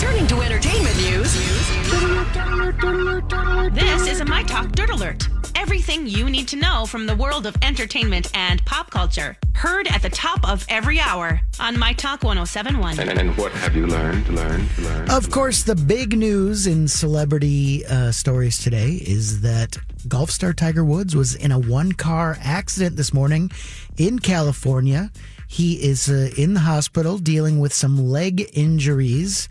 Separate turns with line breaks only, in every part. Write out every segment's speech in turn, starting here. Turning to entertainment news.
This is a My Talk Dirt Alert. Everything you need to know from the world of entertainment and pop culture. Heard at the top of every hour on My Talk 1071.
And, and what have you learned? Learned? Learned?
Of course, the big news in celebrity uh, stories today is that golf star Tiger Woods was in a one car accident this morning in California. He is uh, in the hospital dealing with some leg injuries.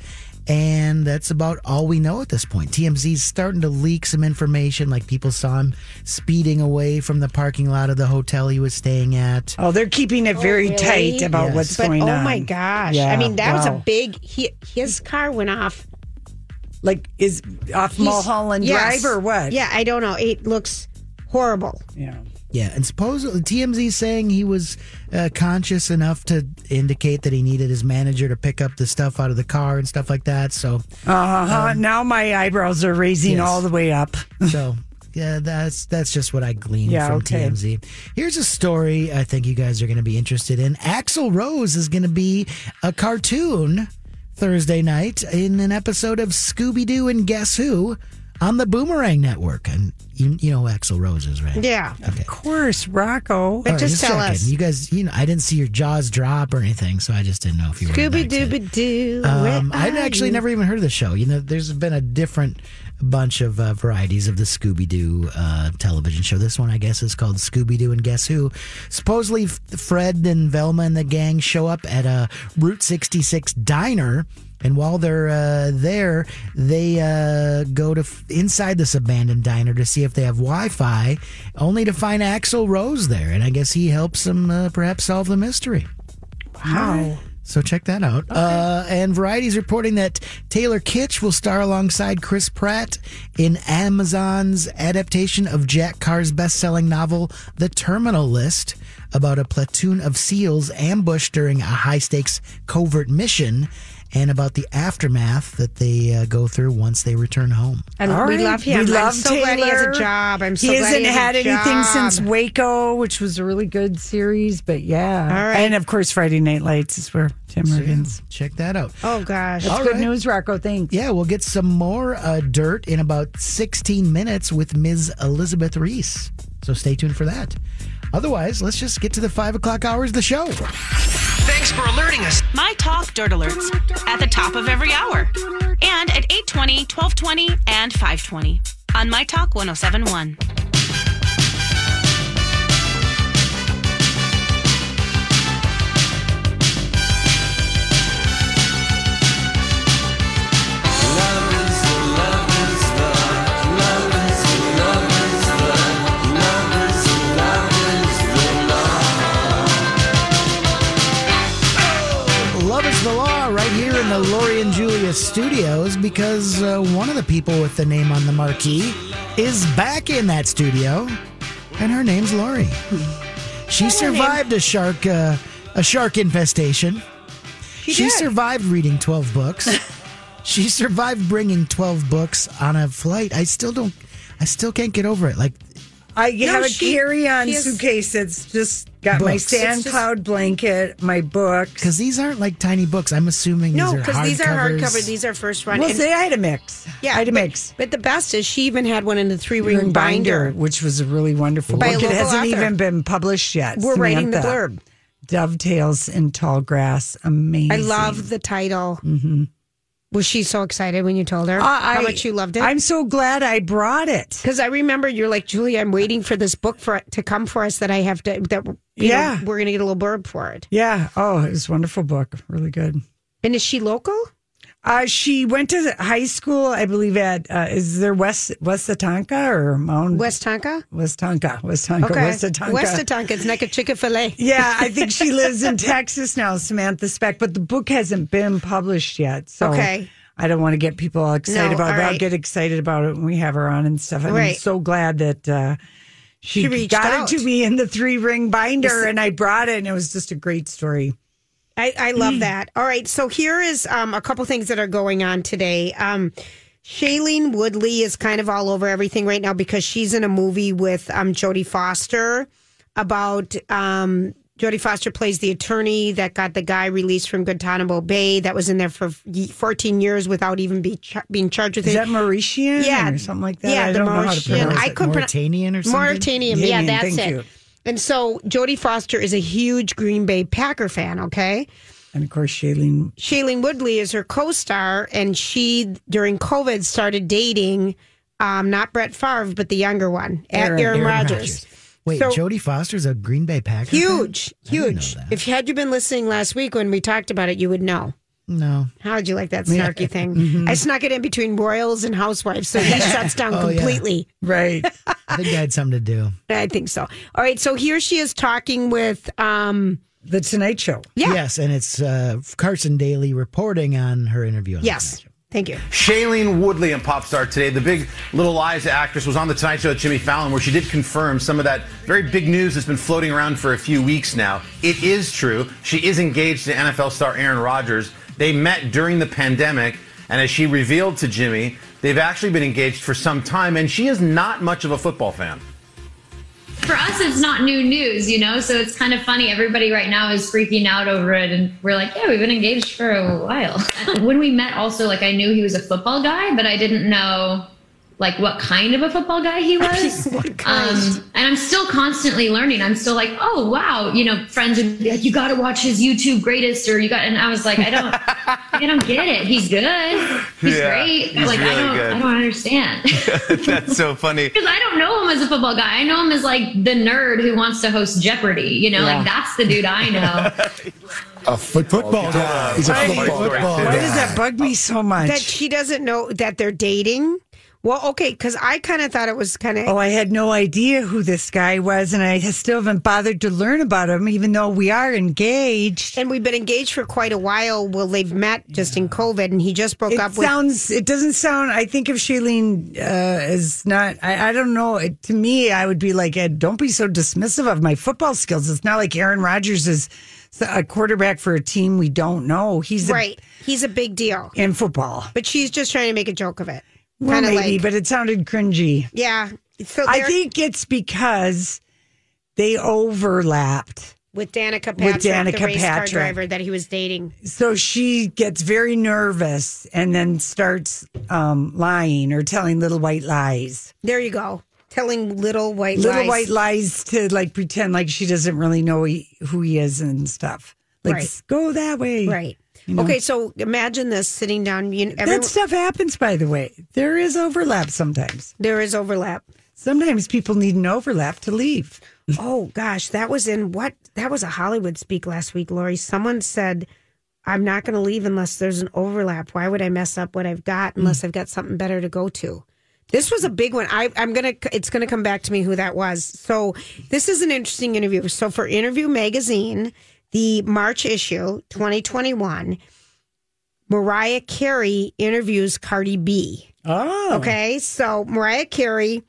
And that's about all we know at this point. TMZ's starting to leak some information, like people saw him speeding away from the parking lot of the hotel he was staying at.
Oh, they're keeping it very
really?
tight about
Yes.
what's
But
going
oh
on.
my gosh.
Yeah,
I mean, that was
wow.
a big he, his car went off.
Like is off
He's-
Mulholland
yes.
Drive or what?
Yeah, I don't know. It looks horrible.
Yeah.
Yeah, and supposedly TMZ saying he was uh, conscious enough to indicate that he needed his manager to pick up the stuff out of the car and stuff like that. So,
Uh-huh.
Um,
now my eyebrows are raising
yes.
all the way up.
so yeah, that's that's just what I gleaned
Yeah,
from
okay.
TMZ. Here's a story I think you guys are going to be interested in. Axel Rose is going to be a cartoon Thursday night in an episode of Scooby Doo and Guess Who on the Boomerang Network. And you, you know who Axl Rose is, right?
Yeah.
Okay.
Of course, Rocco.
But
All right,
just tell
checking.
us.
You guys, you know, I didn't see your jaws drop or anything, so I just didn't know if you were.
Scooby
relaxed.
Dooby Doo.
Um,
where
I'd
are
actually
you?
never even heard of the show. You know, there's been a different bunch of uh, varieties of the Scooby Doo uh, television show. This one, I guess, is called Scooby Doo and Guess Who. Supposedly, F- Fred and Velma and the gang show up at a Route 66 diner. And while they're uh, there, they uh, go to f- inside this abandoned diner to see if they have Wi-Fi, only to find Axel Rose there, and I guess he helps them uh, perhaps solve the mystery.
Wow.
So check that out. Uh, and Variety's reporting that Taylor Kitsch will star alongside Chris Pratt in Amazon's adaptation of Jack Carr's best-selling novel *The Terminal List*, about a platoon of SEALs ambushed during a high-stakes covert mission, and about the aftermath that they uh, go through once they return home.
And
All
we
right.
love him.
We love
I'm so glad he has
Taylor.
a job. I'm so
he
glad
hasn't
he has
had
a
anything
job.
since Waco, which was a really good series. But yeah,
All right.
and of course Friday Night Lights is where Tim Riggins.
Check that out.
Oh gosh.
That's
All
good
right.
news, Rocco. Thanks.
Yeah, we'll get some more uh, dirt in about 16 minutes with Ms. Elizabeth Reese. So stay tuned for that. Otherwise, let's just get to the five o'clock hours of the show.
Thanks for alerting us.
My Talk Dirt Alerts at the top of every hour. And at 820, 1220, and 520 on My Talk 1071.
Love is the law right here in the Lori and Julia studios because uh, one of the people with the name on the marquee is back in that studio, and her name's Lori. She survived a shark uh, a shark infestation. She,
did.
survived reading 12 books. she survived bringing 12 books on a flight. I still don't I still can't get over it. Like
I have a
she-
carry-on
she has-
suitcase that's just got my
Books. It's
sand cloud blanket, my books.
cuz these aren't like tiny books. I'm assuming
No,
these are
because
hardcover.
these are hardcover. These are first run.
Well,
And-
see, I had a mix.
yeah,
I had a
but-
mix.
But the best is she even had one in the three ring
Ring
binder.
which was a really wonderful
By a
book. It
local
hasn't
author.
even been published yet.
We're writing the
Samantha
blurb.
Dovetails in Tall Grass. Amazing.
I love the title. Was she so excited when you told her
Mm-hmm. Uh, I-
how much you loved it?
I'm so glad I brought it.
Because I remember you're like Julie. I'm waiting for this book for to come for us that I have to that you
Yeah.
know, we're gonna get a little blurb for it.
Yeah. Oh, it was a wonderful book. Really good.
And is she local?
Uh, she went to the high school, I believe, at uh, is there West Wesatonka or Mount
West Tonka.
Westonka? Westonka,
Okay,
Wesatonka.
West Tonka. It's like a chick fil A.
yeah, I think she lives in Texas now, Samantha Speck. But the book hasn't been published yet, so
Okay.
I don't want to get people all excited
No,
about it.
all
but I'll
right.
get excited about it when we have her on and stuff. And I'm
Right.
so glad that uh, she,
She reached
got
out.
it to me in the three ring binder, and I brought it, and it was just a great story.
I, I
Mm.
love that. All right, so here is um, a couple things that are going on today. Um, Shailene Woodley is kind of all over everything right now because she's in a movie with um, Jodie Foster about um, Jodie Foster plays the attorney that got the guy released from Guantanamo Bay that was in there for ye- 14 years without even be char- being charged with
Is that
it.
Mauritian
Yeah.
or something like that?
Yeah,
I
the
don't know how to
Mauritian-
pronounce
I
it.
couldn't pro-
Mauritanian or something.
Mauritanian, yeah,
Yanian,
that's
thank
it.
you.
And so Jodie Foster is a huge Green Bay Packer fan, okay?
And of course, Shailene.
Shailene Woodley is her co-star, and she during COVID started dating um, not Brett Favre, but the younger one, Aaron, Aaron Rodgers.
Wait,
So-
Jodie Foster's a Green Bay Packer. fan?
Huge,
Mm-hmm. I didn't know
huge.
that.
If had you been listening last week when we talked about it, you would know.
No.
How would you like that snarky thing? I snuck it in between royals and housewives, so he shuts down
Mm-hmm. Oh, yeah.
completely.
Right.
I think I had something to do.
I think so. All right, so here she is talking with. Um,
the Tonight Show.
Yeah.
Yes, and it's uh, Carson Daly reporting on her interview. On The Tonight
yes,
Show.
thank you.
Shailene Woodley in Pop Star today, the big Little Lies actress, was on the Tonight Show with Jimmy Fallon, where she did confirm some of that very big news that's been floating around for a few weeks now. It is true. She is engaged to NFL star Aaron Rodgers. They met during the pandemic, and as she revealed to Jimmy, they've actually been engaged for some time, and she is not much of a football fan.
For us, it's not new news, you know, so it's kind of funny. Everybody right now is freaking out over it, and we're like, yeah, we've been engaged for a while. when we met, also, like, I knew he was a football guy, but I didn't know. Like what kind of a football guy he was, um, and I'm still constantly learning. I'm still like, oh wow, you know, friends would be like, you got to watch his YouTube greatest, or you got, and I was like, I don't, I don't get it. He's good, he's
Yeah,
great.
he's
like I
really
don't,
good.
I don't understand.
That's so funny.
Because I don't know him as a football guy. I know him as like the nerd who wants to host Jeopardy. You know, like that's the dude I know.
A football, guy. He's a
Right.
football guy.
Football.
Why does that bug me so much?
That she doesn't know that they're dating. Well, okay, because I kind of thought it was kind of
Oh, I had no idea who this guy was, and I still haven't bothered to learn about him, even though we are engaged.
And we've been engaged for quite a while. Well, they've met just in COVID, and he just broke
It
up with.
sounds. It doesn't sound. I think if Shailene uh, is not, I, I don't know. It, to me, I would be like, Ed, don't be so dismissive of my football skills. It's not like Aaron Rodgers is a quarterback for a team we don't know. He's a-
right. He's a big deal.
in football.
But she's just trying to make a joke of it.
Well,
kind of
maybe,
like.
but it sounded cringy.
yeah. So
I
they're-
think it's because they overlapped.
with Danica Patrick,
With Danica
the race car
Patrick.
driver that he was dating.
So she gets very nervous and then starts um, lying or telling little white lies.
There you go. Telling little white
Little
lies.
white lies to like pretend like she doesn't really know he, who he is and stuff. Like,
Right.
"Just go that way.
Right. Okay, so imagine this sitting down. You know, everyone,
That stuff happens, by the way. There is overlap sometimes.
there is overlap.
Sometimes people need an overlap to leave.
Oh gosh, that was in what? That was a Hollywood speak last week, Lori. Someone said, "I'm not going to leave unless there's an overlap. Why would I mess up what I've got unless I've got something better to go to?" This was a big one. I, I'm gonna. It's gonna come back to me who that was. So this is an interesting interview. So for Interview Magazine, the March issue, 2021, Mariah Carey interviews Cardi B.
Oh,
Okay, so Mariah Carey.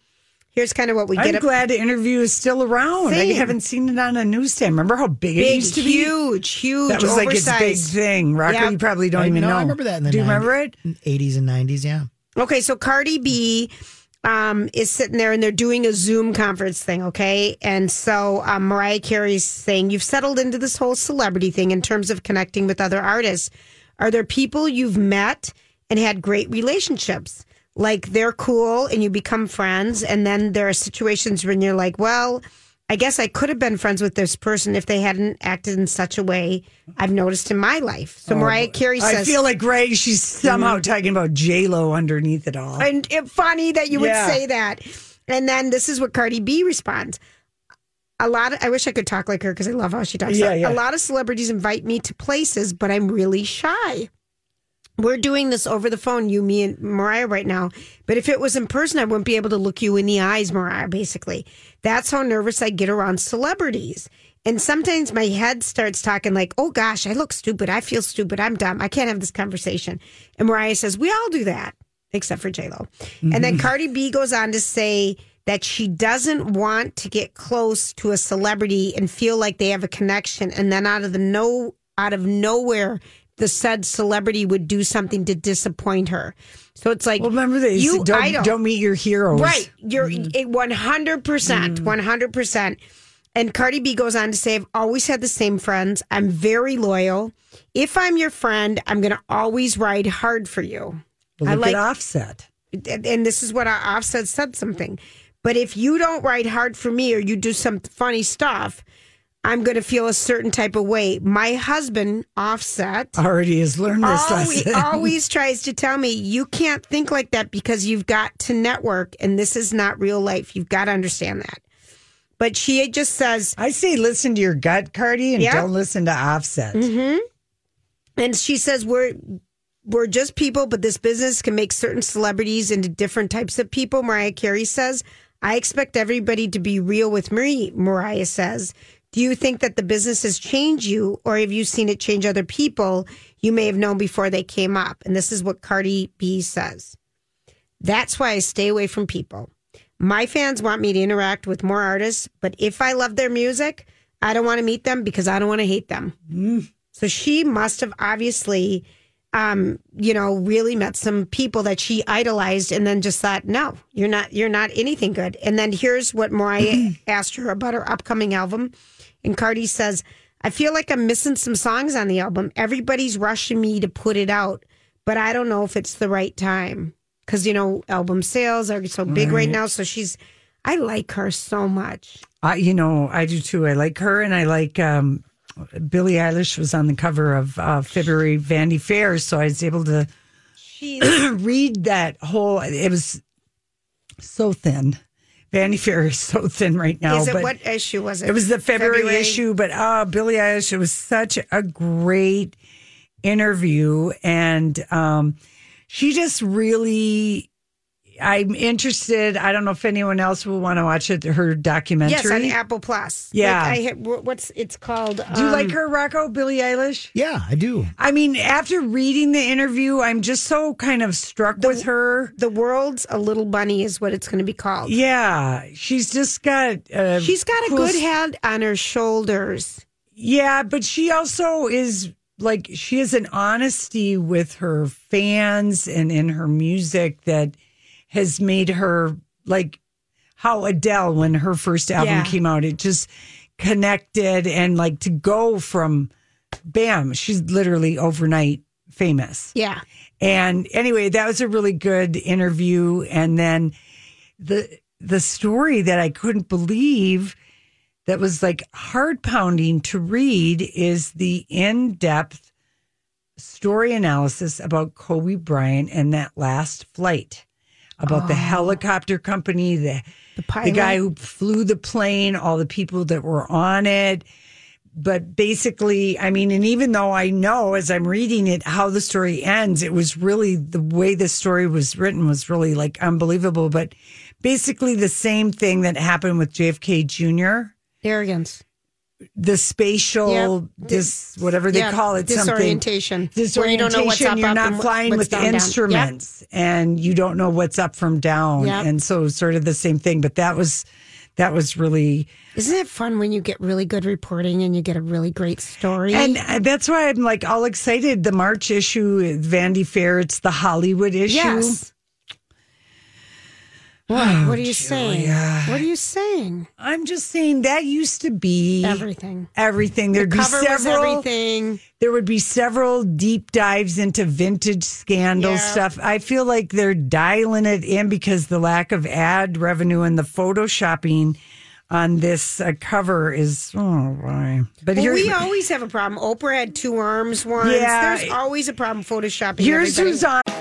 Here's kind of what we get.
I'm
up-
glad the interview is still around. I
Same.
haven't seen it on a newsstand. Remember how big, it
big,
used to be?
huge, huge,
That was like its big
oversized.
thing. Rocker,
Yeah.
you probably don't
I
even
know,
know.
I remember that in the
Do you
90s.
remember it?
80s and 90s, yeah.
Okay, so Cardi B um, is sitting there and they're doing a Zoom conference thing, okay? And so um, Mariah Carey's saying, You've settled into this whole celebrity thing in terms of connecting with other artists. Are there people you've met and had great relationships? Like they're cool and you become friends, and then there are situations when you're like, Well, I guess I could have been friends with this person if they hadn't acted in such a way I've noticed in my life. So Mariah Carey
Oh, I
says, Mm-hmm.
feel like right. She's somehow talking about J Lo underneath it all.
and it, funny that you
Yeah.
would say that. And then this is what Cardi B responds. A lot. Of, I wish I could talk like her because I love how she talks.
Yeah, yeah.
A lot of celebrities invite me to places, but I'm really shy. We're doing this over the phone, you, me, and Mariah right now. But if it was in person, I wouldn't be able to look you in the eyes, Mariah, basically. That's how nervous I get around celebrities. And sometimes my head starts talking like, oh gosh, I look stupid. I feel stupid. I'm dumb. I can't have this conversation. And Mariah says, we all do that, except for J-Lo. And
Mm-hmm.
then Cardi B goes on to say that she doesn't want to get close to a celebrity and feel like they have a connection. And then out of the no, out of nowhere, the said celebrity would do something to disappoint her. So it's like
Well, remember they
you
said, don't,
idol.
don't Mm. meet your heroes.
Right. You're it 100%.
Mm.
100%. And Cardi B goes on to say, I've always had the same friends. I'm very loyal. If I'm your friend, I'm going to always ride hard for you.
Well,
I
look at
like,
Offset.
and and this is what our Offset said something. But if you don't ride hard for me or you do some funny stuff, I'm going to feel a certain type of way. My husband, Offset,
Already has learned this
always,
lesson.
always tries to tell me you can't think like that because you've got to network and this is not real life. You've got to understand that. But she just says,
I say listen to your gut, Cardi, and
Yeah. Mm-hmm.
don't listen to Offset.
and she says we're we're just people, but this business can make certain celebrities into different types of people. Mariah Carey says, I expect everybody to be real with me. Mariah says. Do you think that the business has changed you, or have you seen it change other people you may have known before they came up? And this is what Cardi B says. That's why I stay away from people. My fans want me to interact with more artists, but if I love their music, I don't want to meet them because I don't want to hate them. So she must have obviously, um, you know, really met some people that she idolized, and then just thought, no, you're not, you're not anything good. And then here's what Mariah asked her about her upcoming album, and Cardi says, "I feel like I'm missing some songs on the album. Everybody's rushing me to put it out, but I don't know if it's the right time because you know album sales are so big right now. So she's, I like her so much.
I, you know, I do too. I like her, and I like um, Billie Eilish was on the cover of uh, February Vanity Fair, so I was able to read that whole. It was so thin. Vanity Fair is so thin right now.
Is it
Oh, but
what issue was it?
It was the February, issue, but uh, Billie Eilish. It was such a great interview, and um, she just really. I'm interested. I don't know if anyone else will want to watch it. Her documentary.
Yes, on Apple Plus.
Yeah.
like I hit, wh- what's it's called?
Do you
um,
like her, Rocco? Billie Eilish?
Yeah, I do.
I mean, after reading the interview, I'm just so kind of struck with her.
The World's a Little Bunny is what it's going to be called.
Yeah, she's just got. Uh,
She's got a
cool
good
s-
head on her shoulders.
Yeah, but she also is like she has an honesty with her fans and in her music that has made her like how Adele when her first album
Yeah.
came out, it just connected and like to go from bam, she's literally overnight famous.
Yeah.
And anyway, that was a really good interview. And then the the story that I couldn't believe that was like heart pounding to read is the in depth story analysis about Kobe Bryant and that last flight. About the helicopter company, the the,
pilot.
guy who flew the plane, all the people that were on it. But basically, I mean, and even though I know as I'm reading it how the story ends, it was really the way the story was written was really like unbelievable. But basically, the same thing that happened with JFK Jr
Arrogance.
the spatial
Yep.
dis whatever they
Yeah,
call it
disorientation.
something
Where you don't know what's
Disorientation,
up,
you're
up,
not
and what-
flying
what's
with
down, down. Yep.
instruments and you don't know what's up from down
Yep.
and so sort of the same thing but that was that was really
Isn't it fun when you get really good reporting and you get a really great story?
and uh, that's why I'm like all excited the March issue Vandy Fair it's the Hollywood issue
yes. What?
Oh,
What are you saying? What are you saying?
I'm just saying that used to be
Everything.
everything there'd
the
be
cover was
several
everything.
there would be several deep dives into vintage scandal
Yeah.
stuff. I feel like they're dialing it in because the lack of ad revenue and the photoshopping on this uh, cover is oh boy. But
Well,
here's
we always have a problem. Oprah had two arms once.
Yeah.
There's always a problem photoshopping.
here's
everybody.
uh,
who's on.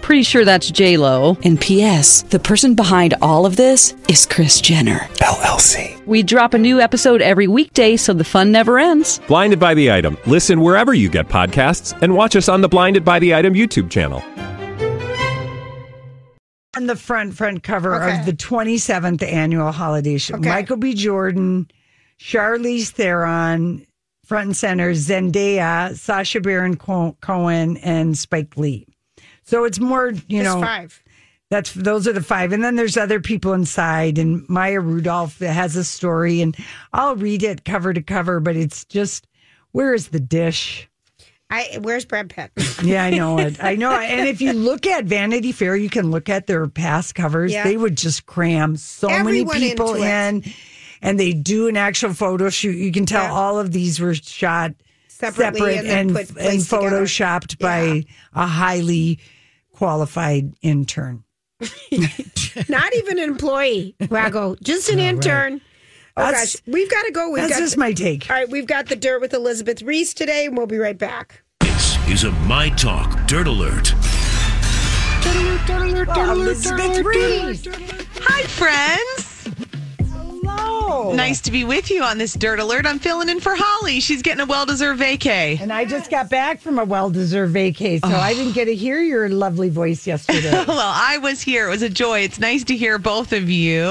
Pretty sure that's J Lo. And P.S. The person behind all of this is Chris Jenner
LLC.
We drop a new episode every weekday, so the fun never ends.
Blinded by the item. Listen wherever you get podcasts, and watch us on the Blinded by the Item YouTube channel.
on the front front cover of the 27th annual holiday show.
Okay.
Michael B. Jordan, Charlize Theron, front and center, Zendaya, Sasha Baron Co- Cohen, and Spike Lee. So it's more, you
It's
know,
five.
That's those are the five, and then there's other people inside, and Maya Rudolph has a story, and I'll read it cover to cover, but it's just where is the dish?
I, where's Brad Pitt?
Yeah, I know it. I know. it. And if you look at Vanity Fair, you can look at their past covers.
Yeah.
They would just cram so
Everyone
many people
into it.
in, and they do an actual photo shoot. You can tell all of these were shot
Separately
separate
and then
and,
put-
and
placed together.
photoshopped by a highly qualified intern.
Not even an employee, Rago. Just an intern. Oh
That's-
gosh, we've got to go. We've
that's
got
just
the-
my take.
All right, we've got the dirt with Elizabeth Reese today, and we'll be right back.
This is a My Talk Dirt Alert.
Elizabeth Reese.
Hi, friends. Hello. Nice to be with you on this Dirt Alert. I'm filling in for Holly. She's getting a well deserved vacay.
And I just got back from a well deserved vacay, so I didn't get to hear your lovely voice yesterday.
well, I was here. It was a joy. It's nice to hear both of you.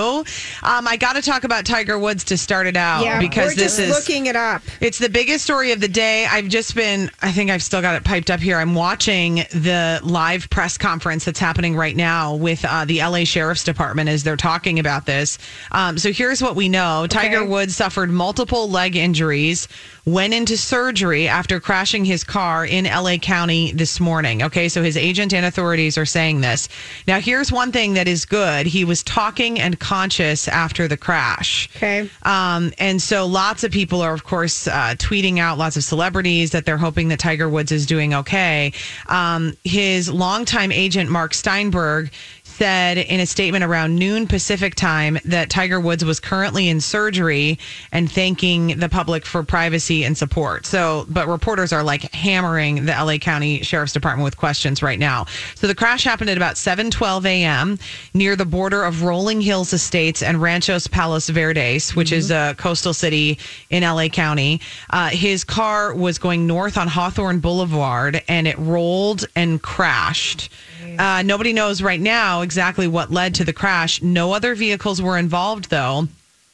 Um, I got to talk about Tiger Woods to start it out
yeah,
Oh, because
we're
this
just
is
looking it up.
It's the biggest story of the day. I've just been, I think I've still got it piped up here. I'm watching the live press conference that's happening right now with uh, the LA Sheriff's Department as they're talking about this. Um, so here's what we know Tiger Woods suffered multiple leg injuries, went into surgery after crashing his car in LA County this morning. Okay, so his agent and authorities are saying this. Now, here's one thing that is good he was talking and conscious after the crash.
Okay.
Um, and so lots of people are, of course, uh, tweeting out lots of celebrities that they're hoping that Tiger Woods is doing okay. Um, his longtime agent, Mark Steinberg, said in a statement around noon Pacific time that Tiger Woods was currently in surgery and thanking the public for privacy and support. So, but reporters are like hammering the LA County Sheriff's Department with questions right now. So the crash happened at about 7:12 a.m. near the border of Rolling Hills Estates and Ranchos Palos Verdes, which is
Mm-hmm.
a coastal city in LA County. Uh, his car was going north on Hawthorne Boulevard and it rolled and crashed. Uh, nobody knows right now exactly what led to the crash. No other vehicles were involved, though.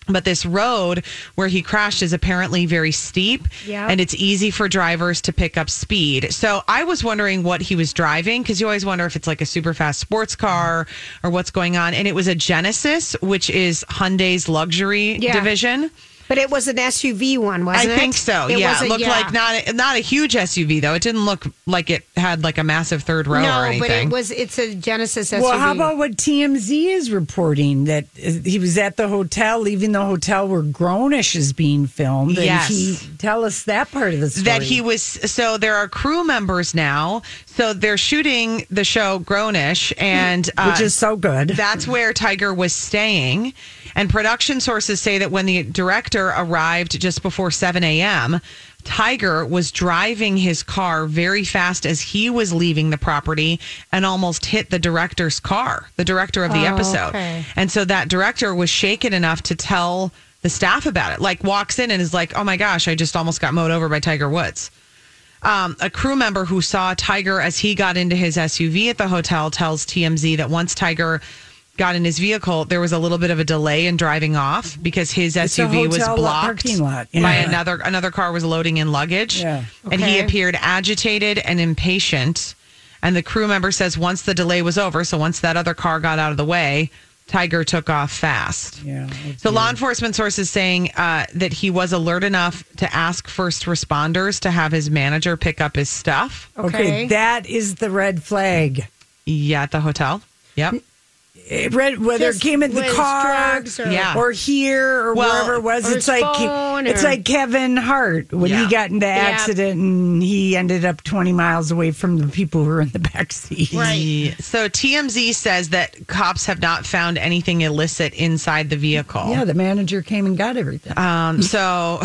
But this road where he crashed is apparently very steep
Yep.
and it's easy for drivers to pick up speed. So I was wondering what he was driving because you always wonder if it's like a super fast sports car or what's going on. And it was a Genesis, which is Hyundai's luxury
Yeah.
division.
But it was an SUV one, wasn't
I
it?
think so.
It
yeah,
was a-
it looked
yeah.
like not a, not a huge SUV though. It didn't look like it had like a massive third row
no,
or anything.
but it was. It's a Genesis SUV.
Well, how about what TMZ is reporting that uh, he was at the hotel, leaving the hotel where Grownish is being filmed. and
Yes.
he, tell us that part of the story.
that he was so there are crew members now so they're shooting the show grownish and um,
Which is so good.
that's where tiger was staying and production sources say that when the director arrived just before 7 a.m tiger was driving his car very fast as he was leaving the property and almost hit the director's car the director of the
Oh,
episode
okay.
and so that director was shaken enough to tell the staff about it. Like walks in and is like, "Oh my gosh, I just almost got mowed over by Tiger Woods." Um, a crew member who saw Tiger as he got into his SUV at the hotel tells TMZ that once Tiger got in his vehicle, there was a little bit of a delay in driving off because his
It's a
SUV was
hotel lot-
blocked
parking lot.
by
Yeah.
another another car was loading in luggage, and he
Okay.
appeared agitated and impatient. And the crew member says once the delay was over, so once that other car got out of the way, Tiger took off fast.
Yeah.
So law enforcement sources saying uh, that he was alert enough to ask first responders to have his manager pick up his stuff.
Okay. that is the red flag.
Yeah, at the hotel. Yep.
It read whether
Just
it came in the
with
car
drugs or-
Yeah.
or here or
Well,
wherever it was.
or
it's
his
like
phone
it's
or-
like Kevin Hart when
Yeah.
he got in the
Yeah.
accident and he ended up twenty miles away from the people who were in the back seat.
Right. So TMZ says that cops have not found anything illicit inside the vehicle.
Yeah, the manager came and got everything.
Um, so,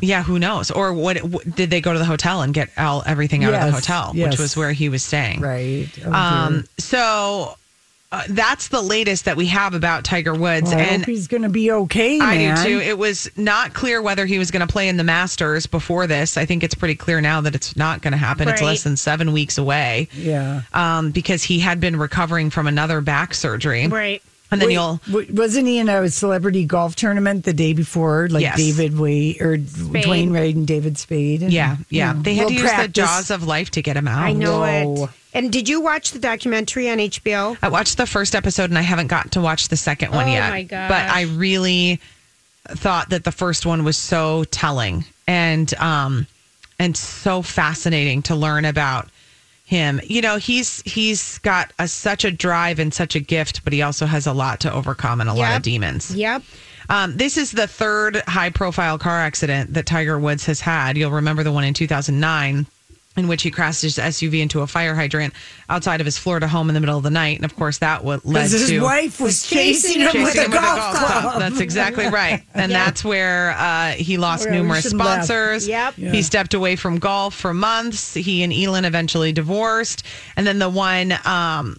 yeah, who knows? Or what, what did they go to the hotel and get all everything out of the
Yes,
hotel,
yes.
which was where he was staying.
Right. Oh,
um,
dear.
so uh, that's the latest that we have about Tiger Woods,
Well, I
and
hope he's going to be okay.
I
man.
do too. It was not clear whether he was going to play in the Masters before this. I think it's pretty clear now that it's not going to happen. It's
Right.
less than seven weeks away.
Yeah.
Um, because he had been recovering from another back surgery.
Right.
And then
Wait,
you'll.
w- wasn't he in a celebrity golf tournament the day before, like
Yes.
David Wade or Dwayne Wade and David Spade? and-
Yeah, yeah. They had
Little
to use the
practice.
jaws of life to get him out.
I know
Whoa.
it. And did you watch the documentary on HBO?
I watched the first episode and I haven't got to watch the second one
Oh
yet.
my gosh.
But I really thought that the first one was so telling and um and so fascinating to learn about him. You know, he's he's got a, such a drive and such a gift, but he also has a lot to overcome and a lot of
Yep.
demons.
Yep.
Um, this is the third high profile car accident that Tiger Woods has had. You'll remember the one in 2009, in which he crashed his SUV into a fire hydrant outside of his Florida home in the middle of the night. And of course, that what led
Because
to
his wife was chasing him with a golf, club.
That's exactly right. And that's where uh, he lost
Where
numerous
Ocean left.
sponsors.
Yep. Yeah.
He stepped away from golf for months. He and Elon eventually divorced. And then the one. Um,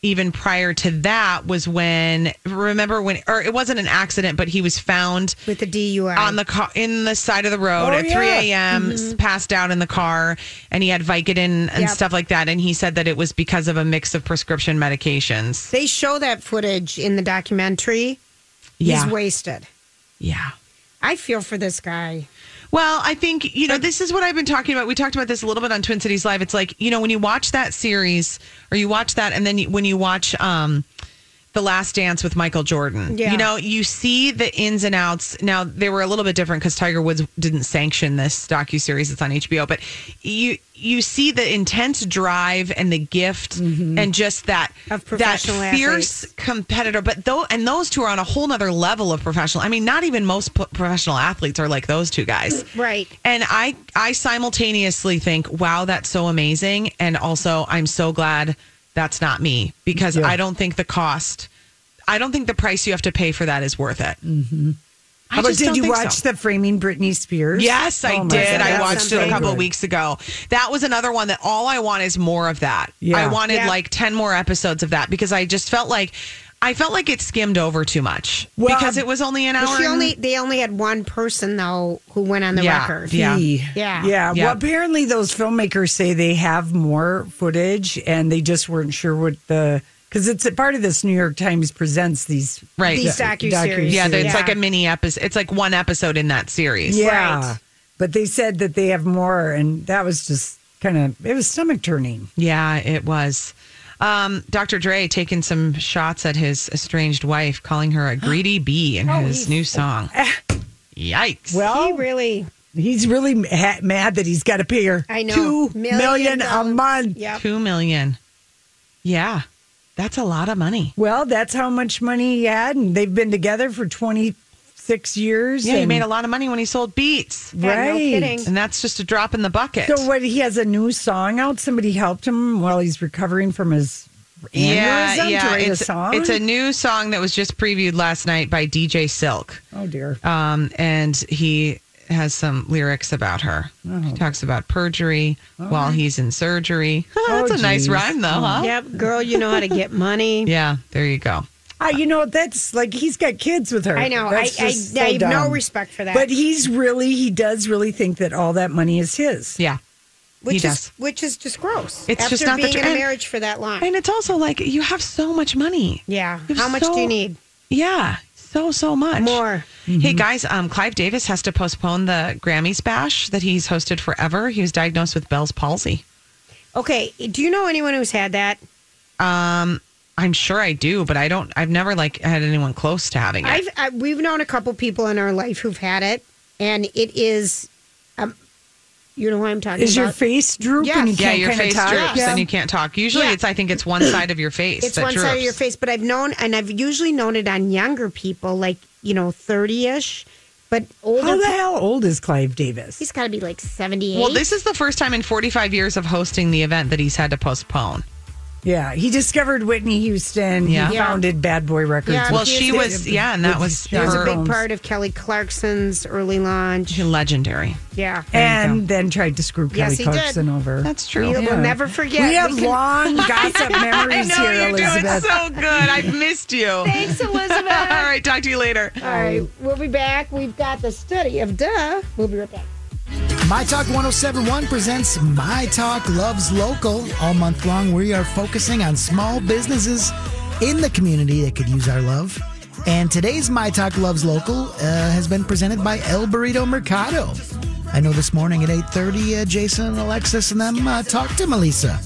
even prior to that was when remember when or it wasn't an accident but he was found
With the DUI.
on the car in the side of the road
Oh,
at 3
yeah.
a.m
Mm-hmm.
s- passed out in the car and he had vicodin and
Yep.
stuff like that and he said that it was because of a mix of prescription medications
They show that footage in the documentary.
Yeah.
He's wasted.
yeah
I feel for this guy.
Well, I think, you know, this is what I've been talking about. We talked about this a little bit on Twin Cities Live. It's like, you know, when you watch that series or you watch that, and then you, when you watch um, The Last Dance with Michael Jordan,
Yeah.
you know, you see the ins and outs. Now, they were a little bit different because Tiger Woods didn't sanction this docuseries. It's on HBO, but you you see the intense drive and the gift and just that,
Of
that
professional
fierce competitor. But though, and those two are on a whole nother level of professional. I mean, not even most p- professional athletes are like those two guys
Right.
and i i simultaneously think wow that's so amazing and also i'm so glad that's not me because i don't think the cost i don't think the price you have to pay for that is worth it I
Mm-hmm. How about
just
did
don't
you
think
watch
so.
the framing Britney Spears?
Yes, I
Oh my
did.
God,
I
that was
watched it a
so
couple
good.
weeks ago. That was another one that all I want is more of that.
Yeah.
I wanted
Yeah.
like 10 more episodes of that because I just felt like I felt like it skimmed over too much
Well,
because it was only an
But
hour.
she
and-
only they only had one person though who went on the
Yeah,
record.
yeah.
Yeah.
Yeah.
Yeah.
Well, apparently those filmmakers say they have more footage and they just weren't sure what the because it's a part of this New York Times presents these
Right.
These
docu-
docuseries.
yeah,
series.
it's like a mini episode. It's like one episode in that series.
yeah. But they said that they have more, and that was just kind of it was stomach turning.
Yeah, it was. Um, Dr. Dre taking some shots at his estranged wife, calling her a greedy bee in his new song. Yikes.
Well,
He really
he's really ma- mad that he's got to pay her
I know.
two
Million
million a
dollars.
month.
Yep.
Two million. Yeah. That's a lot of money.
Well, that's how much money he had, and they've been together for twenty six years.
Yeah, he
and-
made a lot of money when he sold beats.
Yeah, no
Right.
kidding.
And that's just a drop in the bucket.
So what? He has a new song out. Somebody helped him while he's recovering from his aneurysm
yeah,
to
yeah.
write
It's,
a song.
it's a new song that was just previewed last night by DJ Silk.
oh dear.
um, and he has some lyrics about her. He talks about perjury while he's in surgery. That's
Oh,
a nice
geez.
rhyme, though, huh?
Yep, girl, you know how to get money.
Yeah, there you go.
Ah, you know that's like he's got kids with her.
I know. I, I,
That's just so
I have no
dumb.
respect for that.
But he's really he does really think that all that money is his.
Yeah.
Which
he
is
does.
which is just gross.
It's
After
just not the
being
tr-
in a
and-
marriage for that long.
And it's also like you have so much money.
Yeah.
You have
How much do you
so-
need?
Yeah. So so much
More.
Hey guys, um, Clive Davis has to postpone the Grammys bash that he's hosted forever. He was diagnosed with Bell's palsy.
Okay. Do you know anyone who's had that?
Um, I'm sure I do, but I don't. I've never like had anyone close to having it.
I've I, we've known a couple people in our life who've had it, and it is, um, you know what I'm talking
Is
about.
your face droop and you
yeah,
can't
your
kind of
face
talk?
droops
Yeah.
and you can't talk. Usually,
Yeah.
it's I think it's one side of your face.
It's
that
one side of your
droops.
face, but I've known and I've usually known it on younger people, like you know, thirty ish, but older.
How the
pe-
hell old is Clive Davis?
He's got to be like seventy eight.
Well, this is the first time in 45 years of hosting the event that he's had to postpone.
Yeah, he discovered Whitney Houston.
Yeah.
He
Yeah.
founded Bad Boy Records.
Yeah, Well,
which
she
is-
was- yeah, and that was
which
That was a
her-
big part of Kelly Clarkson's early launch.
Legendary.
Yeah,
And then tried to screw Kelly
Yes, he did.
Clarkson over.
That's true.
We'll,
Yeah.
we'll never forget.
We have
can-
long gossip memories
I know
here,
you're
Elizabeth.
doing so good. I've missed you.
Thanks, Elizabeth.
All right, talk to you later.
All right, we'll be back. We've got the study of duh. We'll be right back.
My Talk 1071 presents My Talk Loves Local. All month long, we are focusing on small businesses in the community that could use our love. And today's My Talk Loves Local uh, has been presented by El Burrito Mercado. I know this morning at 8.30, uh, Jason and Alexis and them uh, talked to Melissa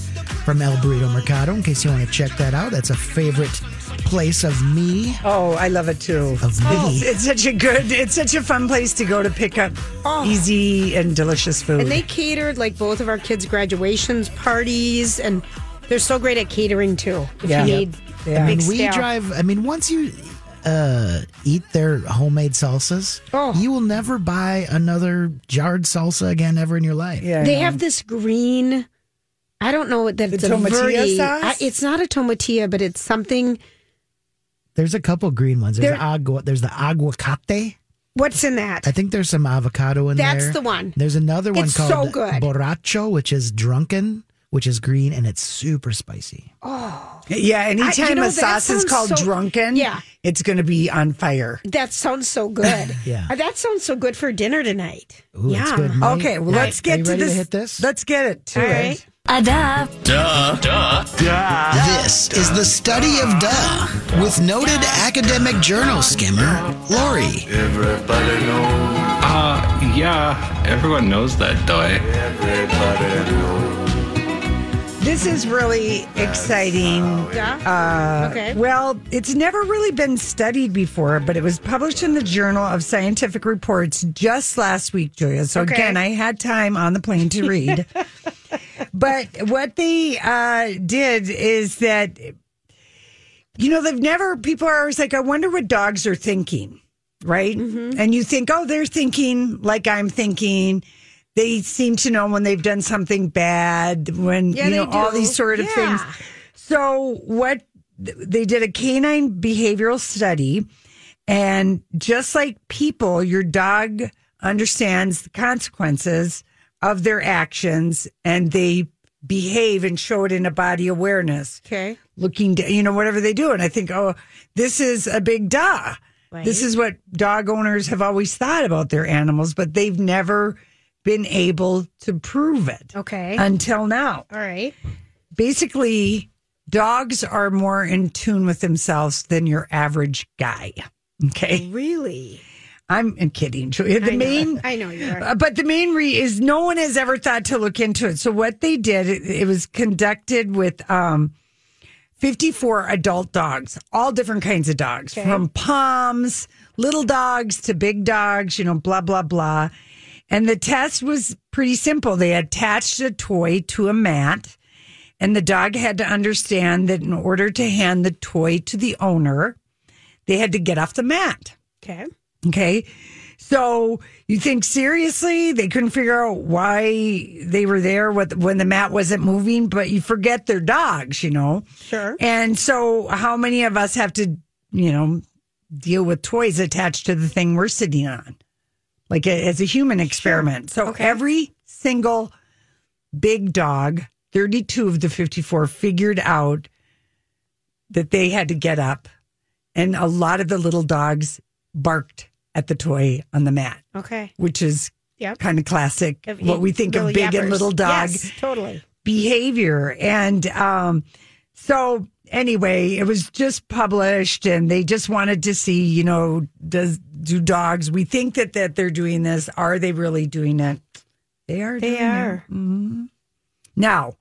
from El Burrito Mercado. In case you want to check that out, that's a favorite place of me.
Oh, I love it too.
Of me.
It's, it's such a good, it's such a fun place to go to pick up
Oh.
easy and delicious food.
And they catered like both of our kids' graduations parties, and they're so great at catering too. If
Yeah.
you need
Yeah.
a
I
big
mean, we
staff.
drive. I mean, once you uh, eat their homemade salsas,
Oh.
you will never buy another jarred salsa again ever in your life.
Yeah,
They have this green. I don't know what that
The
it's a
tomatillo
verde-
sauce?
I- it's not a tomatilla, but it's something.
There's a couple green ones. There's
They're-
agua. There's the aguacate.
What's in that?
I think there's some avocado in
That's
there.
the one.
There's another one
It's
called
so good.
borracho, which is drunken, which is green, and it's super spicy.
Oh,
yeah, anytime
I- you know,
a
that
sauce is
sounds
called
so-
drunken,
Yeah.
it's going to be on fire.
that sounds so good.
Yeah.
Uh, that sounds so good for dinner tonight.
Ooh,
yeah.
that's good. May-
Okay, well,
May-
let's
are
get
you
to
ready
this.
hit this.
Let's get it to
All
it.
right.
A duh.
Duh. Duh. Duh.
This is the study of duh with noted academic journal skimmer Lori.
Everybody knows.
Uh, yeah, everyone knows that eh? die.
Everybody knows.
This is really exciting.
Yeah?
Uh,
Okay.
Well, it's never really been studied before, but it was published in the Journal of Scientific Reports just last week, Julia. So
Okay.
again, I had time on the plane to read. but what they uh, did is that, you know, they've never, people are always like, I wonder what dogs are thinking, right?
Mm-hmm.
And you think, oh, they're thinking like I'm thinking. They seem to know when they've done something bad, when,
Yeah,
you
they
know, all
do.
these sort of
Yeah.
things. So what th- they did a canine behavioral study, and just like people, your dog understands the consequences of their actions, and they behave and show it in a body awareness,
Okay.
looking, d- you know, whatever they do. And I think, oh, this is a big duh. This
Right.
is what dog owners have always thought about their animals, but they've never been able to prove it
Okay.
until now
All right.
basically dogs are more in tune with themselves than your average guy. Okay.
Really?
I'm I'm kidding. Julia. The
I know.
main
I know you are.
uh, but the main re is no one has ever thought to look into it. So what they did, it, it was conducted with um, 54 adult dogs, all different kinds of dogs, from poms, little dogs to big dogs, you know, blah, blah, blah. And the test was pretty simple. They attached a toy to a mat, and the dog had to understand that in order to hand the toy to the owner, they had to get off the mat.
Okay.
Okay. So you think seriously they couldn't figure out why they were there with, when the mat wasn't moving, but you forget their dogs, you know?
Sure.
And so how many of us have to, you know, deal with toys attached to the thing we're sitting on? Like a, as a human experiment. So every single big dog, 32 of the 54 figured out that they had to get up and a lot of the little dogs barked at the toy on the mat,
Okay.
which is
Yep.
kind of classic,
Of
what we
y-
think of
little
big and
yappers.
little dog
Yes, totally.
behavior. And um, so, anyway, it was just published, and they just wanted to see, you know, does do dogs? We think that that they're doing this. Are they really doing it? They are.
They
doing it.
are.
Mhm. Now,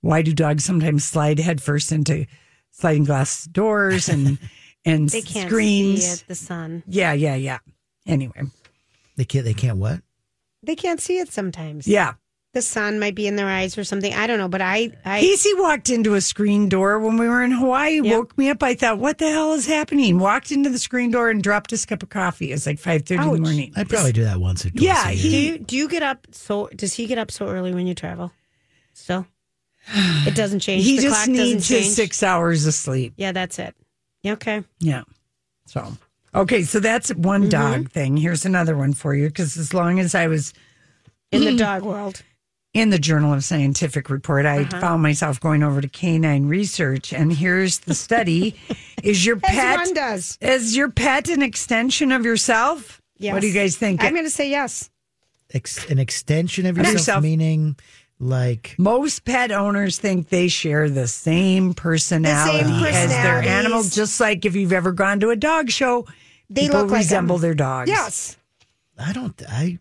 why do dogs sometimes slide headfirst into sliding glass doors and and
They can't
screens?
see it, the sun.
Yeah, yeah, yeah. Anyway,
They can't. They can't what?
They can't see it sometimes.
yeah.
The sun might be in their eyes or something. I don't know, but I, I
Casey walked into a screen door when we were in Hawaii, woke me up. I thought, what the hell is happening? Walked into the screen door and dropped his cup of coffee. It was like 5.30 in the morning.
I probably do that once or twice.
Yeah,
a
do
year.
you, do you get up so does he get up so early when you travel? Still? It doesn't change.
He
the
just
clock
needs
doesn't
his
change.
six hours of sleep.
Yeah, that's it. Yeah, Okay.
Yeah. So, okay. So that's
Mm-hmm.
one dog thing. Here's another one for you because as long as I was
In
Hmm.
the dog world.
in the Journal of Scientific Report, I
Uh-huh.
found myself going over to canine research. And here's the study Is your
As
pet.
one does.
Is your pet an extension of yourself?
Yes.
What do you guys think?
I'm gonna say yes.
Ex- an extension of
Of
yourself,
yourself.
meaning like
Most pet owners think they share the same personality, as their
personalities.
animal, just like if you've ever gone to a dog show,
They
people
look like
resemble
them.
their dogs.
Yes.
I don't. I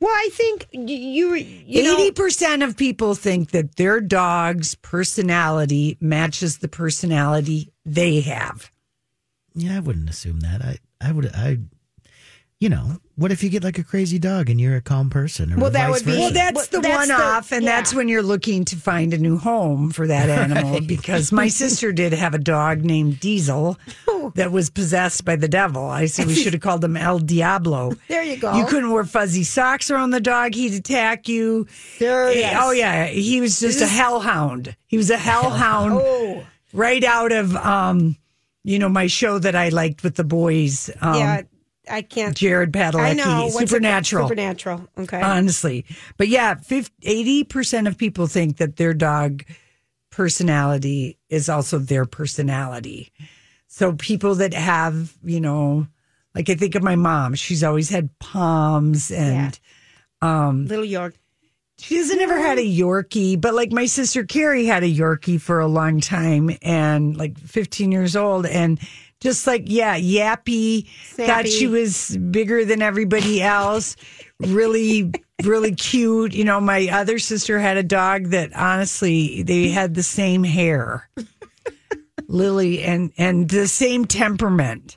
Well, I think y- you you know,
Eighty percent of people think that their dog's personality matches the personality they have.
yeah, I wouldn't assume that. I I would. I you know, what if you get like a crazy dog and you're a calm person? Or
Well, that
vice
would be-
versa?
Well, that's
Well,
the
that's
one
the-
off, and
yeah.
that's when you're looking to find a new home for that animal. Because my sister did have a dog named Diesel
Oh.
that was possessed by the devil. I said we should have called him El Diablo.
There you go.
You couldn't wear fuzzy socks around the dog; he'd attack you.
Serious.
Oh yeah, he was just a hellhound. He was a hellhound
Oh.
right out of um, you know, my show that I liked with the boys. Um,
yeah, I can't
Jared
I
Padalecki,
know what's it-
Supernatural. Um,
Supernatural. Okay.
Honestly. But yeah, 50, 80% of people think that their dog personality is also their personality. So people that have, you know, like I think of my mom, she's always had palms and um
Little York.
she hasn't ever had a Yorkie, but like my sister Carrie had a Yorkie for a long time and like 15 years old. And just like, yeah, yappy, thought
Sappy.
she was bigger than everybody else. really, really cute. You know, my other sister had a dog that honestly, they had the same hair, Lily, and, and the same temperament.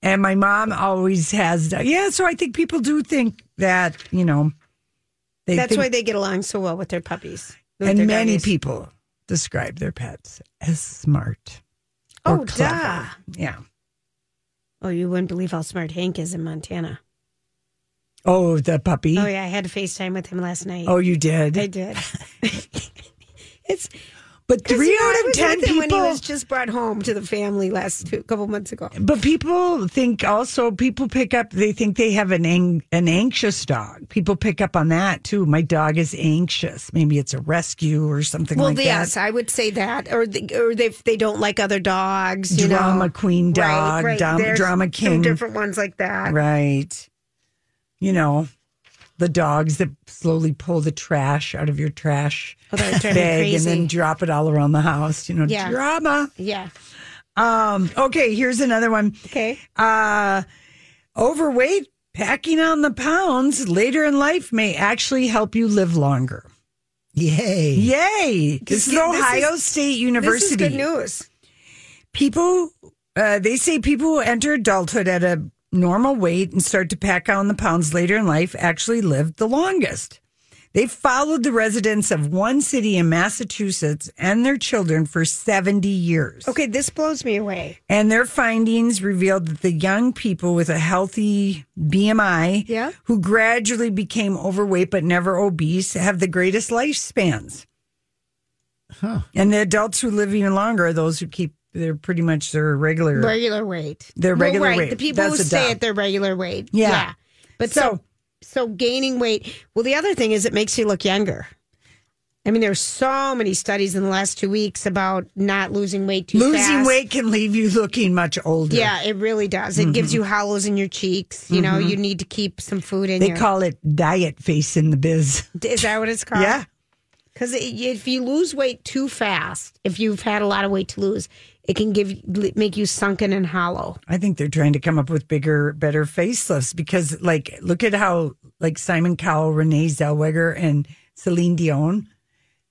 And my mom always has, yeah. So I think people do think that, you know, they
That's
think
why they get along so well with their puppies. with their
and many
doggies.
people describe their pets as smart. or
Oh,
clever.
duh.
Yeah.
Oh, you wouldn't believe how smart Hank is in Montana.
Oh, the puppy.
Oh yeah, I had a FaceTime with him last night.
Oh, you did.
I did. it's
but
'cause,
three
you know, I
out of
was
ten
with him
people.
when he was just brought home to the family last two, couple months ago.
but people think also people pick up. They think they have an ang- an anxious dog. People pick up on that too. My dog is anxious. Maybe it's a rescue or something
Well,
like
yes,
that.
I would say that, or the, or they they don't like other dogs. You
Drama
know.
queen dog, dom-
There's
drama
some
king.
different ones like that.
Right. You know, the dogs that slowly pull the trash out of your trash
Oh, that would drive me
bag and then
crazy.
drop it all around the house. You know,
Yeah.
drama.
Yeah.
Um, okay, here's another one.
Okay.
Uh, overweight, packing on the pounds later in life may actually help you live longer.
Yay.
Yay! This is
This is-
Ohio State University.
This is good news.
people uh, they say people who enter adulthood at a normal weight and start to pack on the pounds later in life actually live the longest they followed the residents of one city in massachusetts and their children for 70 years
Okay, this blows me away.
and their findings revealed that the young people with a healthy BMI,
Yeah.
who gradually became overweight but never obese, have the greatest lifespans.
Huh.
And the adults who live even longer are those who keep their pretty much their regular.
Regular weight.
Their
Well,
regular
right,
weight.
The people
That's
who
a
stay
dumb.
at their regular weight.
Yeah.
But so, so gaining weight. Well, the other thing is it makes you look younger. I mean, there's so many studies in the last two weeks about not losing weight too
Losing
fast.
weight can leave you looking much older.
Yeah, it really does. It gives
Mhm.
you hollows in your cheeks. You know,
Mhm.
you need to keep some food in
They
your.
call it diet face in the biz.
Is that what it's called?
Yeah.
Because if you lose weight too fast, if you've had a lot of weight to lose, it can give make you sunken and hollow.
I think they're trying to come up with bigger, better facelifts because, like, look at how like Simon Cowell, Renee Zellweger, and Celine Dion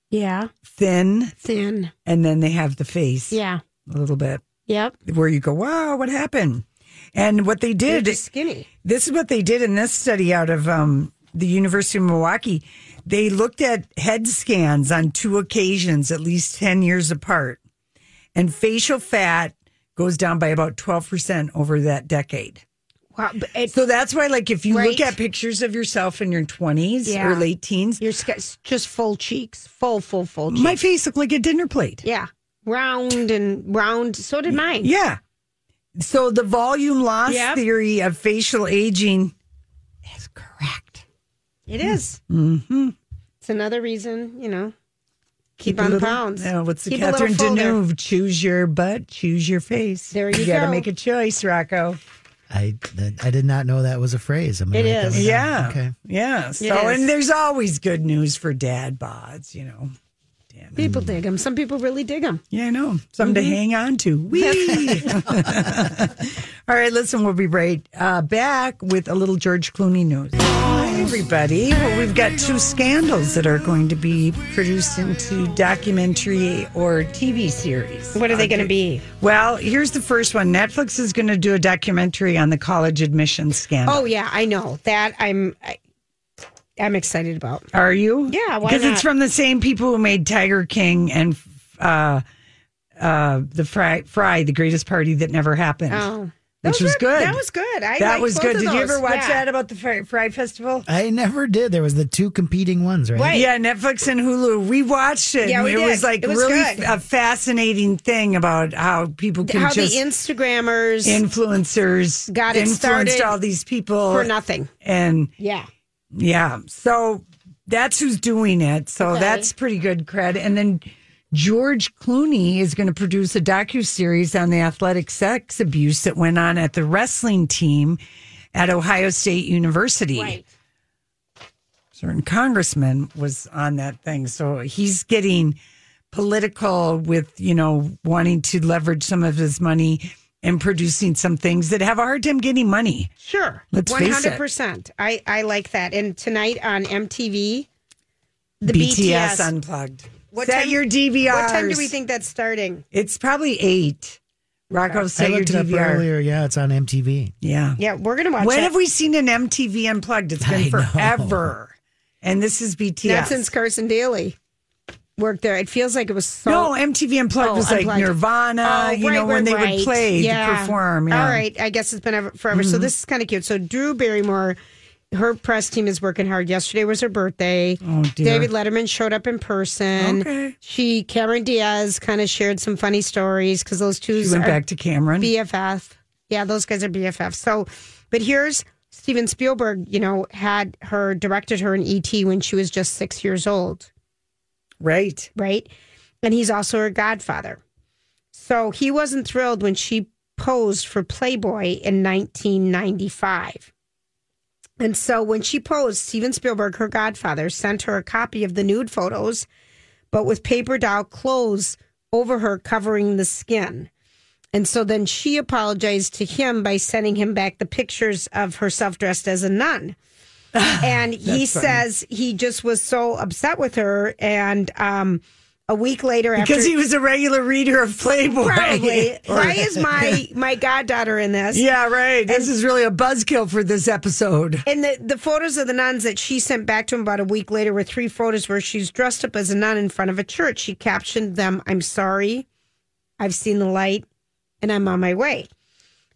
Yeah.
thin,
thin,
and then they have the face,
Yeah.
a little bit,
Yep.
where you go, wow, what happened? And what they
You're
did,
just skinny.
this is what they did in this study out of um, the University of Milwaukee. They looked at head scans on two occasions, at least 10 years apart, and facial fat goes down by about 12% over that decade.
Wow.
so that's why, like, if you
Right.
look at pictures of yourself in your 20s
Yeah.
or late teens,
you're just full cheeks, full, full, full cheeks.
My face looked like a dinner plate.
Yeah. Round and round. So did mine.
Yeah. So the volume loss
Yep.
theory of facial aging.
It is.
Mm-hmm.
It's another reason, you know. Keep on the pounds.
No, uh, what's the
Keep a little
Catherine
fuller.
Deneuve? Choose your butt, choose your face. There
you
gotta
go.
make a choice, Rocco.
I that- I did not know that was a phrase. I'm gonna write that one down.
Yeah.
Okay.
Yeah. So,
Yes.
Oh, and there's always good news for dad bods, you know.
People dig them. Some people really dig them.
Yeah, I know. Something
Mm-hmm.
to hang on to. Whee! All right, listen, we'll be right uh, back with a little George Clooney news. Hi, everybody. Well, we've got two scandals that are going to be produced into documentary or TV series.
What are they gonna be?
Well, here's the first one Netflix is going to do a documentary on the college admissions scandal.
Oh yeah, I know that. I'm I, I'm excited about.
Are you?
Yeah, why
Because it's
not?
from the same people who made Tiger King and uh, uh, the Fry, Fry, the greatest party that never happened.
Oh.
which
Those
was
were-
good.
that was good. I
that
liked
was
both
good.
of
Did you ever
those.
watch
Yeah.
that about the Fry, Fry Festival?
I never did. There was the two competing ones, right?
Yeah, Netflix and Hulu. We watched it.
Yeah, we
it was
did.
like
It was
really
good.
a fascinating thing about how people can
How the
just
Instagrammers
influencers
got it
influenced
started
all these people
for nothing.
and
Yeah.
Yeah. So that's who's doing it. So
Okay.
that's pretty good cred. And then George Clooney is going to produce a docu series on the athletic sex abuse that went on at the wrestling team at Ohio State University.
Right.
Certain congressman was on that thing. So he's getting political with, you know, wanting to leverage some of his money and producing some things that have a hard time getting money.
Sure.
Let's face it.
100%. I I like that. And tonight on MTV the
BTS,
BTS,
unplugged.
What
Set
time-
your DVRs.
What time do we think that's starting?
It's probably eight. Rocco,
I
set your
looked it up
DVR.
earlier. Yeah, it's on MTV.
Yeah.
Yeah, we're going to watch
When
that.
have we seen an MTV unplugged? It's been
I know.
forever. And this is BTS.
Not since Carson Daly worked there. It feels like it was so
no, MTV Unplugged
Oh,
was like
Unplugged.
Nirvana,
Oh,
you know,
right,
when
right,
they
right.
would play to
Yeah.
perform. Yeah.
All right, I guess it's been ever, forever. So
Mhm.
this is kind of cute. So Drew Barrymore, her press team is working hard. Yesterday was her birthday.
Oh, dear.
David Letterman showed up in person.
Okay.
She Cameron Diaz kind of shared some funny stories because those two
She went
are
back to Cameron.
BFF. Yeah, those guys are BFF. So, but here's Steven Spielberg. You know, had her directed her in ET when she was just six years old
Right.
right? And he's also her godfather. So he wasn't thrilled when she posed for Playboy in 1995. And so when she posed, Steven Spielberg, her godfather, sent her a copy of the nude photos, but with paper doll clothes over her covering the skin. And so then she apologized to him by sending him back the pictures of herself dressed as a nun. And he
That's funny.
says he just was so upset with her. And um, a week later, after
Because he was a regular reader of Playboy.
probably,
Or-
why is my my goddaughter in this?
Yeah, right. This is really a buzzkill for this episode.
And the, the photos of the nuns that she sent back to him about a week later were three photos where she's dressed up as a nun in front of a church. She captioned them, I'm sorry, I've seen the light, and I'm on my way.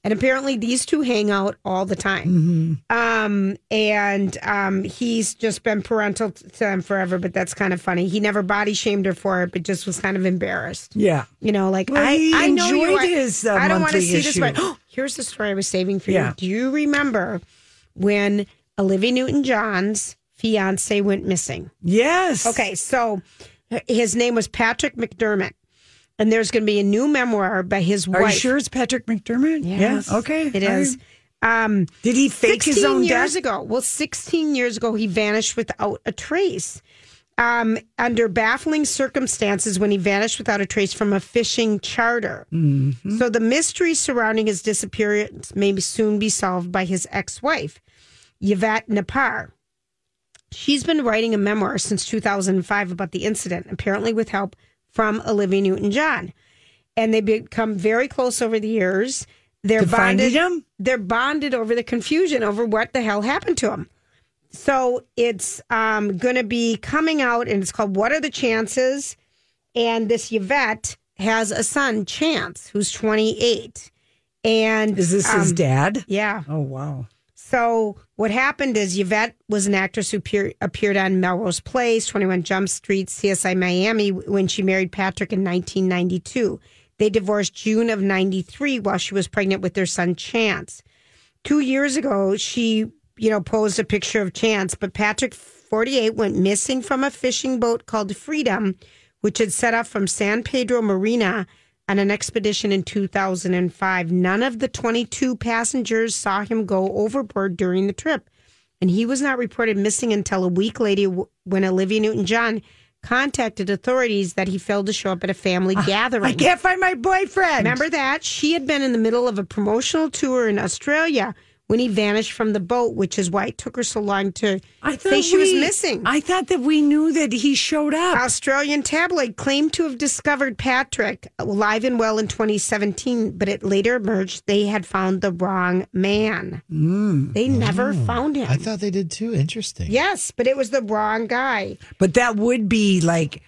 And apparently these two hang out all the time. Um, and um, he's just been parental to them forever, but that's kind of funny. He never body shamed her for it, but just was kind of embarrassed.
Yeah.
You know, like
Well,
I,
he
I know you
enjoyed
are-
his, uh,
I don't wanna
monthly
see this.
issue.
But here's the story I was saving for
Yeah.
you. Do you remember when Olivia Newton John's fiance went missing.
Yes.
Okay, so his name was Patrick McDermott. And there's going to be a new memoir by his
Are
wife.
you sure it's Patrick McDermott?
Yes.
Yeah. Okay.
It is. Um,
Did he fake his
16
own
years
death?
ago. Well, 16 years ago, he vanished without a trace. Um, under baffling circumstances, when he vanished without a trace from a fishing charter.
Mm-hmm.
So the mystery surrounding his disappearance may soon be solved by his ex wife, Yvette Napar. She's been writing a memoir since 2005 about the incident, apparently with help from Olivia Newton John. And they become very close over the years. They're
To
bonded.
finding him?
They're bonded over the confusion over what the hell happened to him. So it's um, going to be coming out, and it's called "What Are the Chances?" And this Yvette has a son, Chance, who's 28. And
Is this his
um,
dad?
Yeah.
Oh wow.
So what happened is Yvette was an actress who peer, appeared on Melrose Place, 21 Jump Street, CSI Miami when she married Patrick in 1992. They divorced June of 93 while she was pregnant with their son Chance. 2 years ago, she, you know, posed a picture of Chance, but Patrick 48 went missing from a fishing boat called Freedom, which had set off from San Pedro Marina on an expedition in 2005. None of the 22 passengers saw him go overboard during the trip, and he was not reported missing until a week later w- when Olivia Newton John contacted authorities that he failed to show up at a family gathering.
I can't find my boyfriend.
Remember that? She had been in the middle of a promotional tour in Australia when he vanished from the boat, which is why it took her so long to
I thought
say she was
we-
missing. Uh,
I thought that we knew that he showed up.
Australian tabloid claimed to have discovered Patrick alive and well in 2017, but it later emerged they had found the wrong man. They never found him.
Mm. Oh. I thought they did too. Interesting.
yes, but it was the wrong guy.
But that would be like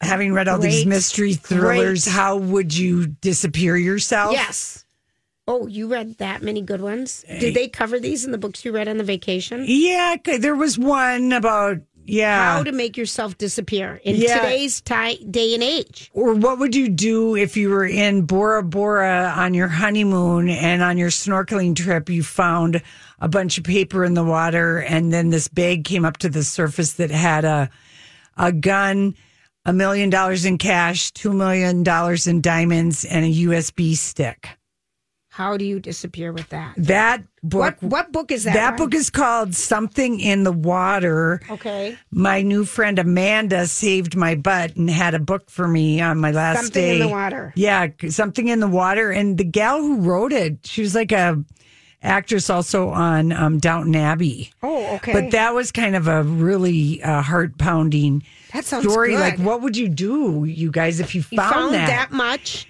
having read all these
Great.
mystery thrillers.
Great.
How would you disappear yourself?
Yes. Oh, you read that many good ones? Did they cover these in the books you read on the vacation?
Yeah. okay, There was one about yeah.
How to make yourself disappear in
Yeah.
today's ti day and age.
or what would you do if you were in Bora Bora on your honeymoon and on your snorkeling trip you found a bunch of paper in the water and then this bag came up to the surface that had a a gun, a million dollars in cash, 2 million dollars in diamonds and a USB stick.
How do you disappear with that?
That book
What what book is that?
that
one?
book is called Something in the Water.
okay.
My new friend Amanda saved my butt and had a book for me on my last
Something
day.
in the water.
Yeah, something in the water. And the gal who wrote it, she was like a actress also on um, Downton Abbey.
Oh, okay.
But that was kind of a really uh, heart pounding
That sounds
story.
good.
Like, what would you do, you guys, if you
you
found,
found, that.
that?
much.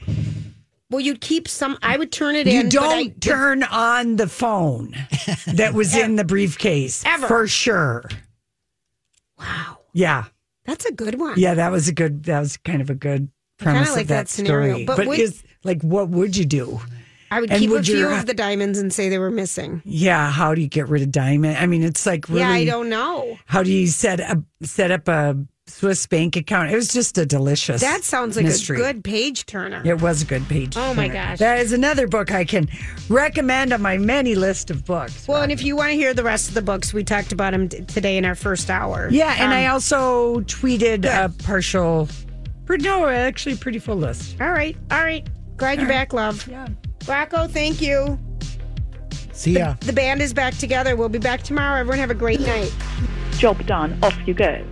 Well, you'd keep some. I would turn it
you
in. but
don't
I-
turn on the phone that was in the briefcase
Ever.
for sure.
Wow,
Yeah,
that's a good one.
yeah, that was a good. That was kind of a good
I kinda
premise
like
of that,
that scenario,
story.
but
But,
would-
is like, what would you do?
I would
And
keep a
would
few
your-
of the diamonds and say they were missing.
Yeah, how do you get rid of diamond? I mean, it's like really.
Yeah, I don't know.
How do you set up set up a Swiss bank account? It was just a delicious.
That sounds like
mystery.
a good page turner.
It was a good page.
Oh, my
turner.
gosh.
That is another book I can recommend on my many list of books.
Well, and if you want to hear the rest of the books, we talked about them t- today in our first hour.
Yeah, and
Um,
I also tweeted a partial, pre- no, actually pretty full list.
All right, all right. Glad you're back, love. Yeah. Rocco, thank you.
See ya.
The band is back together. We'll be back tomorrow. Everyone have a great night.
Job done. Off you go.